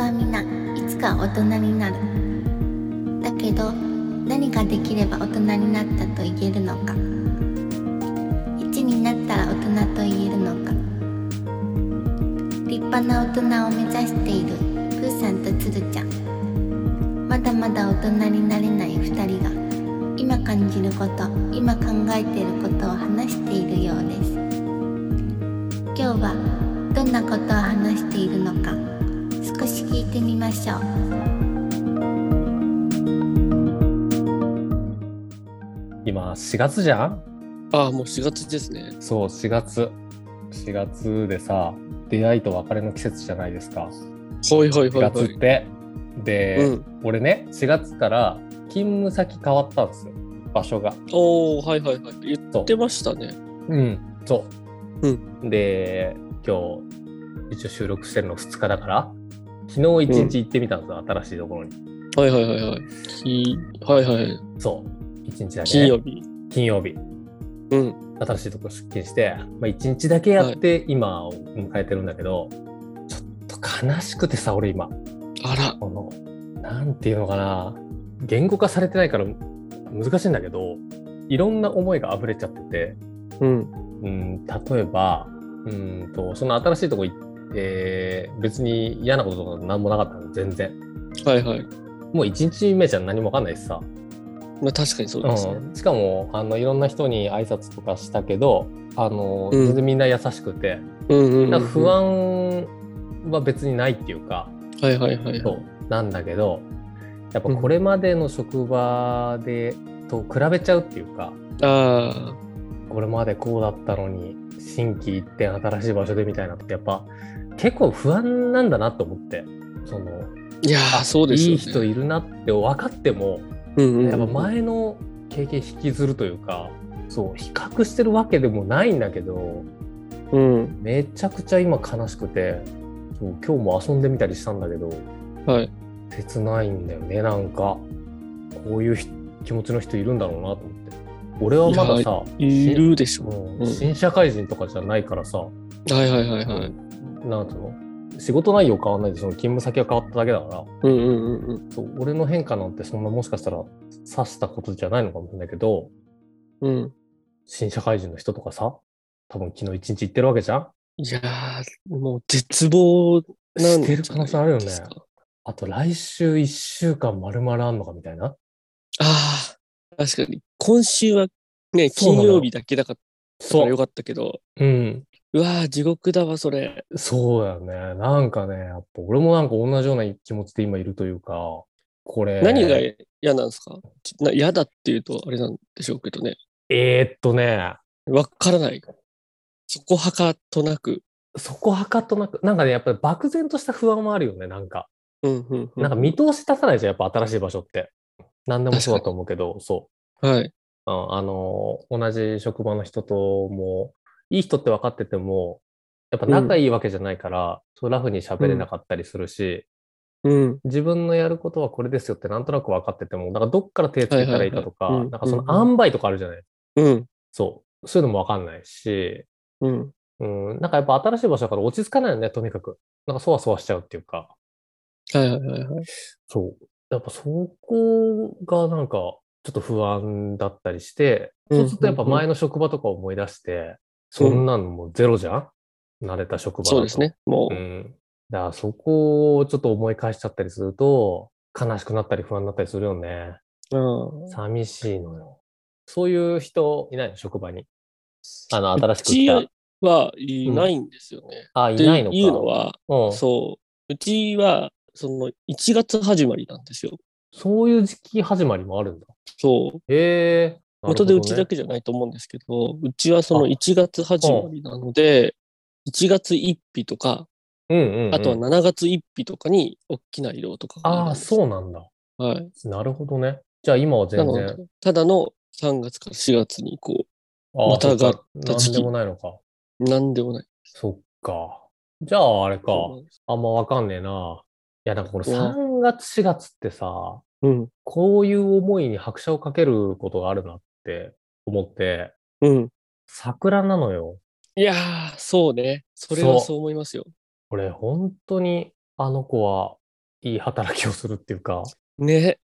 はみんないつか大人になるだけど何ができれば大人になったと言えるのか1になったら大人と言えるのか立派な大人を目指しているプーさんとつるちゃんまだまだ大人になれない2人が今感じること今考えていることを話しているようです今日はどんなことを話しているのか少し聞いてみましょう今4月じゃんああ、もう4月ですね。そう4月4月でさ出会いと別れの季節じゃないですかほいほい4ほいほ月いっ。てで、うん。俺ね4月から勤務先変わったんですよ場所がおお、はいはいはい。言そうってましたね。うんそう、で今日一応収録してるの2日だから昨日1日行ってみたんですよ、新しいところにはいはいはいはい。きはいはい。そう1日だけね、金曜日。金曜日うん。新しいとこ出勤して、まあ、1日だけやって今を迎えてるんだけど、ちょっと悲しくてさ俺今あら。このなんていうのかな言語化されてないから難しいんだけどいろんな思いが溢れちゃってて、うん。うん、例えばうんとその新しいとこ行って別に嫌なこととか何もなかったの全然はいはい。もう1日目じゃ何も分かんないしさ、まあ確かにそうですね。うん、しかもあのいろんな人に挨拶とかしたけどあの、うん全然みんな優しくてうんうんうん、なんか不。安は別にないっていうか、はいはいはい。そうなんだけどやっぱこれまでの職場で、と比べちゃうっていうかあこれまでこうだったのに新規一転新しい場所でみたいなってやっぱ結構不安なんだなと思ってそのあ。いやー、そうですよ、ね。いい人いるなって分かっても、うんうんうん、やっぱ前の経験引きずるというかそう比較してるわけでもないんだけどうん。めちゃくちゃ今悲しくてそう今日も遊んでみたりしたんだけどはい。切ないんだよねなんかこういうひ気持ちの人いるんだろうなと思って俺はまださいるでし新ょうんうん新社会人とかじゃないからさ、う。はいはいはいはい。なんつうの仕事内容変わんないでその勤務先が変わっただけだからうんうんうんうん。そう俺の変化なんてそんなもしかしたら指したことじゃないのかもしれないけどうん。新社会人の人とかさ多分昨日一日行ってるわけじゃんいやー、もう絶望なんしてる可能性あるよねじゃないですかあと来週1週間丸々あんのかみたいなああ、確かに。今週はね、そうなの金曜日だけだったからそようかったけど、うんうわー地獄だわ、それ。そうだよね。なんかね、やっぱ俺もなんか同じような気持ちで今いるというか、これ。何がえ嫌なんですかちな嫌だっていうとあれなんでしょうけどね。ー、っとね、わからない。そこはかとなく。そこはかとなく、なんかね、やっぱり漠然とした不安もあるよね、なんか。うんうん、うん。なんか見通し出さないじゃん、やっぱ新しい場所って。何でもそうだと思うけど、そはう。い。うんあの、同じ職場の人とも、いい人って分かってても、やっぱ仲いいわけじゃないから、そうラフに喋れなかったりするし、うん。自分のやることはこれですよってなんとなく分かってても、なんかどっから手つけたらいいかとか、はいはいはいうんなんかその塩梅とかあるじゃないうん。そう。そういうのもわかんないし、うん。うん、なんかやっぱ新しい場所だから落ち着かないよね、とにかく。なんかそわそわしちゃうっていうか。はいはいはいはい。そう。やっぱそこがなんかちょっと不安だったりして、うんそうするとやっぱ前の職場とか思い出して、そんなのもうゼロじゃん慣れた職場だと。そうですね。もうう、ん。だからそこをちょっと思い返しちゃったりすると、悲しくなったり不安になったりするよね。うん寂しいのよ。そういう人いないの職場に。あの、新しくう来た。ちはいないんですよね。あ、いでないのか。いうのは、うん、そそう。うちは、その、1月始まりなんですよ。ういう時期始まりもあるんだ。そう。へえ。元でうちだけ。けじゃないと思うんですけど、うちはそあの1月始まりなので、1月1日とか、うんうん、うん。あとは7月1日とかに大きな移動とかがああ、う。そうなんだ。はい。なるほどね。じゃあ今はな全ので然。、ただの3月から4月にこあーまたがそっかなんでもないのか。う、なんでもない。そっか。じゃああれか。そうなんですあんまわかんねえな。いや、なんかこの3うん月4月ってさ、うん。こういう思いに拍車をかけることがあるなって思って、うん。桜なのよ。いやー、そうね。それはそう思いますよ。俺、本当にあの子はいい働きをするっていうか、ね。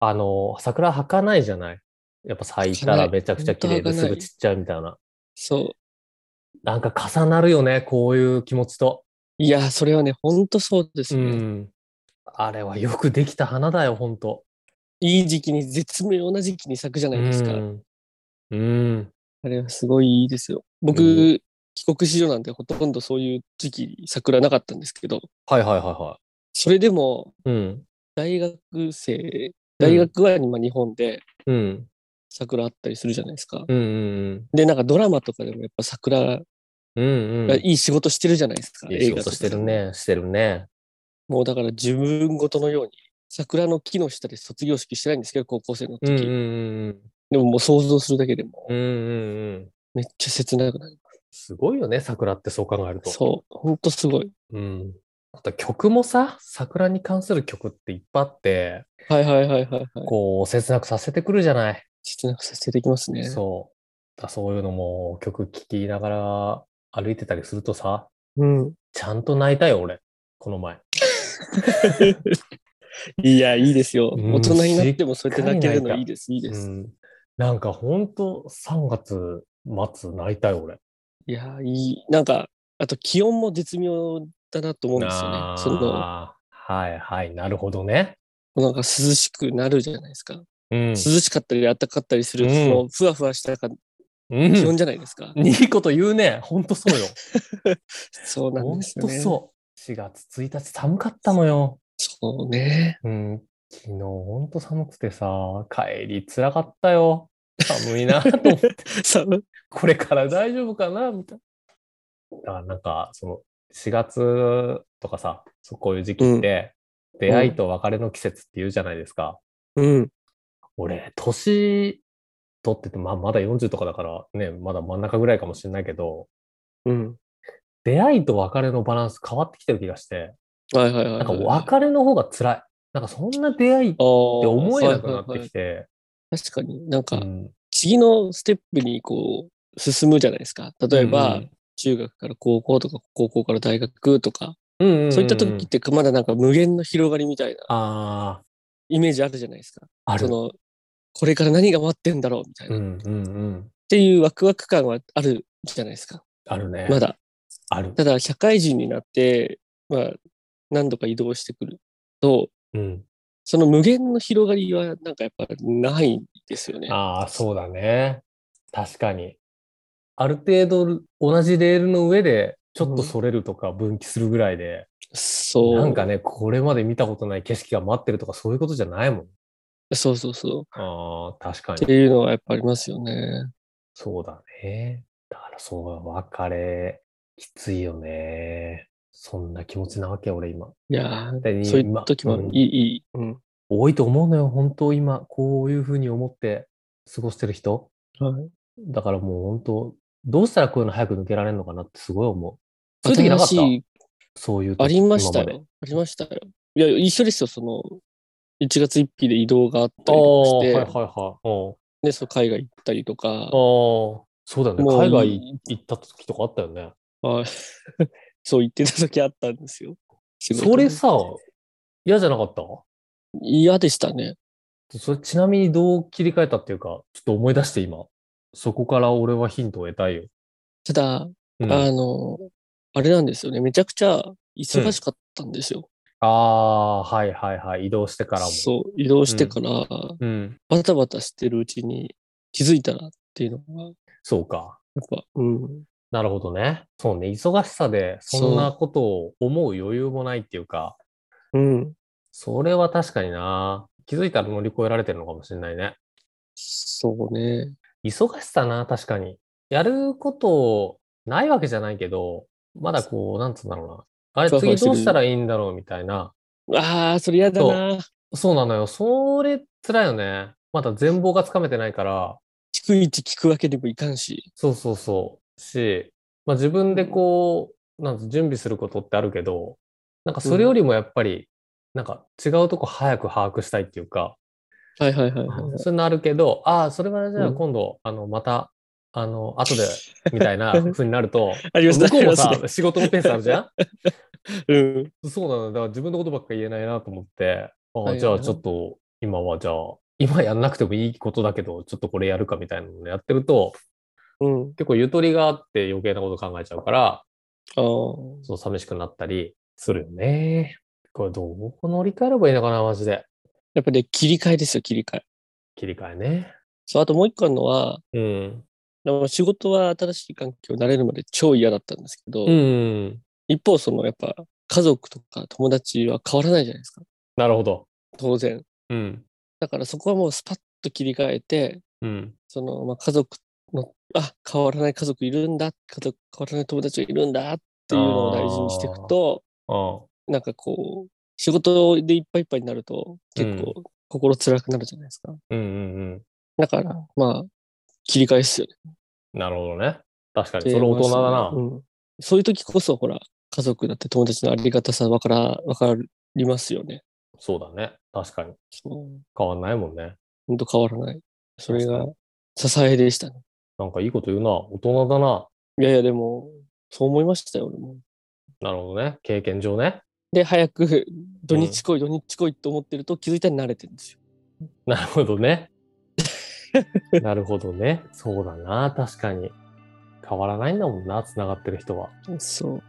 あの、桜咲かないじゃないやっぱ咲いたらめちゃくちゃ綺麗本で当はす咲かなぐい散っちゃうみたいな。そう。なんか重なるよね、こういう気持ちと。いや、それはね、ほんとそうですうね。ん。あれはよくできた花だよ、ほんと。いい時期に、絶妙な時期に咲くじゃないですか。うん。うん。あれはすごいいいですよ。僕、うん帰国子女なんてほとんどそういう時期に桜なかったんですけど、はいはいはいはそれでもい。うん。大学生、大学は今日本でうん。桜あったりするじゃないですか。うんうんで、なんかドラマとかでもやっぱ桜がうん。うんうん。いい仕事してるじゃないですか。いい仕映画と事かしてる。ね、してるね。もうだから自分ごとのように桜の木の下で卒業式してないんですけど、高校生のうん時。うんうんでももう想像するだけでもうん。うんうんうん。めっちゃ切なくなりますごいよね、桜ってそう考えると。す。そう、ほんとすごい。うん。あと曲もさ、桜に関する曲っていっぱいあって、はいはいはいはい、はい。こう、切なくさせてくるじゃない。切なくさせていきますね。そう。だそういうのも曲聴きながら歩いてたりするとさ、うん。ちゃんと泣いたよ、俺。この前。 いや、いいですよ。うん大人になってもそうやって泣けるのいいです、いいでうす。ん。なんかほんと3月末泣いたよ、俺。いや、いい。なんか、あと気温も絶妙だなと思うんですよあーね。その、はいはい、なるほどね。なんか涼しくなるじゃないですか。うん涼。しかったり暖かったりする、うんその、ふわふわしたかうん気温じゃないですか。いいこと言うね。 ほんとそうよ。そうなんほんですとよね。そう。4月1日寒かったのよ。そうね。うん。昨日ほんと寒くてさ、帰りつらかったよ。寒いなと思って、 寒いこれから大丈夫かなみたいな。だからなんか、その、4月とかさ、そうこういう時期って、出会いと別れの季節って言うじゃないですか。うん。俺、年取ってて、まあ、まだ40とかだから、ね、まだ真ん中ぐらいかもしれないけど、うん。出会いと別れのバランス変わってきてる気がして、はいはいはいはい。なんか別れの方が辛い。なんかそんな出会いって思思えなくなってきて、確かになんうかん次のステップにこう進むじゃないですか。例えば、うん中学から高校とか高校から大学とか、うんうんうんうんそういった時ってまだなんか無限の広がりみたいなあイメージあるじゃないですか。あ、あるそ。のこれから何が待ってんだろうみたいな、うっんうんうん。ていうワクワク感はあるじゃないですか。あるね。ま。だ。ある。ただ社会人になって、まあ、何度か移動してくると、うん。その無限の広がりはなんかやっぱないんですよね。ああ、そうだね。確かに。ある程度同じレールの上で、ちょっとそれるとか分岐するぐらいで、そう。なんかね、これまで見たことない景色が待ってるとかそういうことじゃないもん。そうそうそう。ああ、確かってに。いうのはやっぱありますよね。そうだね。だからそう、別れ、きついよね。そんな気持ちなわけ、俺今。いやーでそうい今う時うもんいい、いい。うん。多いと思うのよ、本当今、こういうふうに思って過ごしてる人。はい。だからもう本当、どうしたらこういうの早く抜けられるのかなってすごい思う。そういう時な新かったしい、そういう時ありました今までよ。ありましたよ。いや、一緒ですよ、その、1月1日で移動があったりとかおしーて、はいはいはい。おーでそう海外行ったりとか、おーそうだよね。もう海外行った時とかあったよね。はい そう言ってた時あったんですよ。仕事でそれさ、嫌じゃなかった嫌でしたね。それちなみにどう切り替えたっていうか、ちょっと思い出して今。そこから俺はヒントを得たいよ。ただ、うん、あの、あれなんですよね。めちゃくちゃ忙しかったんですよ。あー、はいはいはい。移動してからも。そう、移動してから、うん。バタバタしてるうちに気づいたらっていうのが、やっそうか。ぱ、うん。なるほどね。そうね。忙しさで、そんなことを思う余裕もないっていうか、うん。それは確かにな。気づいたら乗り越えられてるのかもしれないね。そうね。忙しさな、確かに。やることないわけじゃないけど、まだこう、なんつうんだろうな。あれ、ふわふわ次してるどうしたらいいんだろうみたいな。ああ、それ嫌だな。そうなのよ。それ、辛いよね。まだ全貌がつかめてないから、逐一聞くわけにもいかんし。そうそうそう。し、まあ、自分でこう、なんつ準備することってあるけど、なんかそれよりもやっぱり、なんか違うとこ早く把握したいっていうか、はいはいはい、はい。そういうのあるけど、ああ、それはじゃあうん今度、あの、またあの、後で、みたいな風になると、ありますね向こうもありさま、仕事のペースあるじゃんうん。そうなのよだから自分のことばっかり言えないなと思って、あはいはいじゃあちょっと今はじゃあ、今やんなくてもいいことだけど、ちょっとこれやるかみたいなのをやってると、うん。結構ゆとりがあって余計なこと考えちゃうから、ああ。そう寂しくなったりするよね。これどう乗り換えればいいのかな、マジで。やっぱり、ね、切り替えですよ、切り替え。切り替えね。そう、あともう一個あるのは、うん。でも仕事は新しい環境に慣れるまで超嫌だったんですけど、うん。一方、そのやっぱ家族とか友達は変わらないじゃないですか。なるほど。当然。うん。だからそこはもうスパッと切り替えて、うん。その、まあ、家族の、あ、変わらない家族いるんだ、家族変わらない友達がいるんだっていうのを大事にしていくと、ああ。なんかこう、仕事でいっぱいいっぱいになると、結構心辛くなるじゃないですか。うんうんうん。だから、まあ、切り替えっすよね。なるほどね。確かに。それ大人だな。うんそういう時こそ、ほら、家族だって友達のありがたさわから、わかりますよね。そうだね。確かに。そう。変わんないもんね。ほんと変わらない。それ確が支えでしたね。なんかいいこと言うな。大人だな。いやいや、でも、そう思いましたよ、俺も。なるほどね。経験上ね。で、早く、土日来い、土日来いって思ってると気づいたら慣れてるんですよ。なるほど ね。なるほどね。そうだな。確かに。変わらないんだもんな。繋がってる人は。そう。だか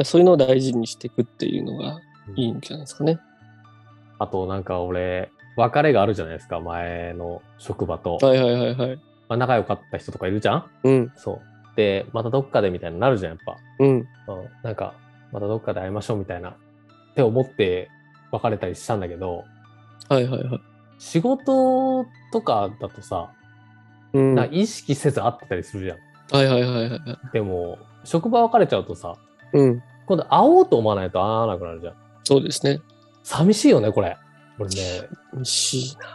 らそういうのを大事にしていくっていうのがいいんじゃないですかね。あと、なんか俺、別れがあるじゃないですか。前の職場と。はいはいはいはい。まあ、仲良かった人とかいるじゃんうん、そう。で、またどっかでみたいになるじゃん、やっぱ。うん。うん、なんか、またどっかで会いましょうみたいな。って思って別れたりしたんだけど、はいはいはい。仕事とかだとさ、うん、なはんいか意識せず会ってたりするじゃん。はいはいはいはい。でも、職場別れちゃうとさ、うん。今度会おうと思わないと会わなくなるじゃん。そうですね。寂しいよね、これ。俺 ね、美味しいな。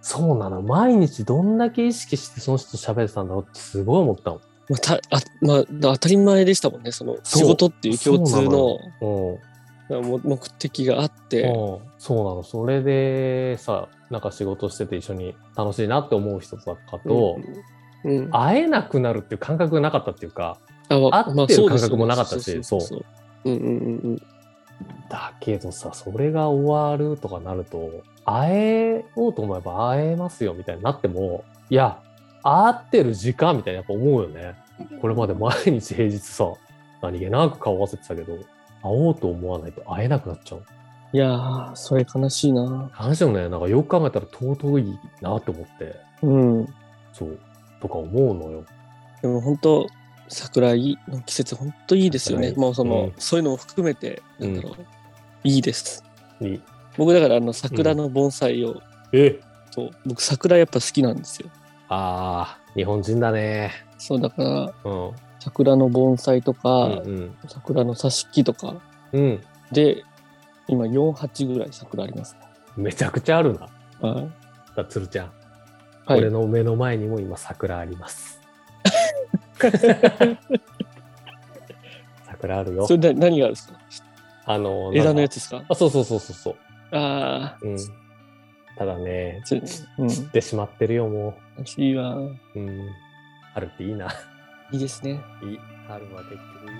そうなの。毎日どんだけ意識してその人と喋ってたんだろうってすごい思ったもん。まあ、たあまあ、当たり前でしたもんね。そのそう仕事っていう共通のうん。も目的があって、うん、そうなの。それでさ、なんか仕事してて一緒に楽しいなって思う人とかと、うん、うん、会えなくなるっていう感覚がなかったっていうか、あわ合ってるまあそうですよね感覚もなかったしそうそうそう。うんうんうんうん。だけどさ、それが終わるとかなると、会えようと思えば会えますよみたいになっても、いや、会ってる時間みたいなやっぱ思うよね。これまで毎日平日さ、何気なく顔合わせてたけど、会おうと思わないと会えなくなっちゃう。いやー、それ悲しいな。話でもね、なんかよく考えたら尊いなと思って、うん。でそう、とか思うのよ。も本当、桜井の季節、本当いいですよね。桜井もうその、うんそういうのも含めて、なんだろう、いいです。いい僕だから、あの、桜の盆栽を、えそう僕、桜やっぱ好きなんですよ。ああ、日本人だね。そう、だから、うん。桜の盆栽とか、うん桜の挿し木とか、うん。で、今4、8ぐらい桜ありますね。うん。めちゃくちゃあるな。はい。だつるちゃん、はい俺の目の前にも今桜あり ます。桜あるよそ。れな何があるんですかあのなんだ枝のやつですかあ、そうそうそうそうそう。ああ、うん。ただね、それうん、散ってしまってるよもいいわ。う。うん。春っていいな。いいですね。いい。春は結局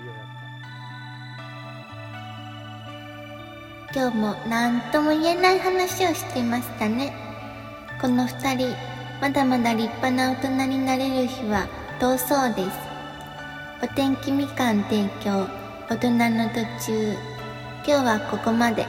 いい今よやっぱ。日も何とも言えない話をしてましたねこの2人まだまだ立派な大人になれる日は遠そうですお天気みかん提供大人の途中今日はここまで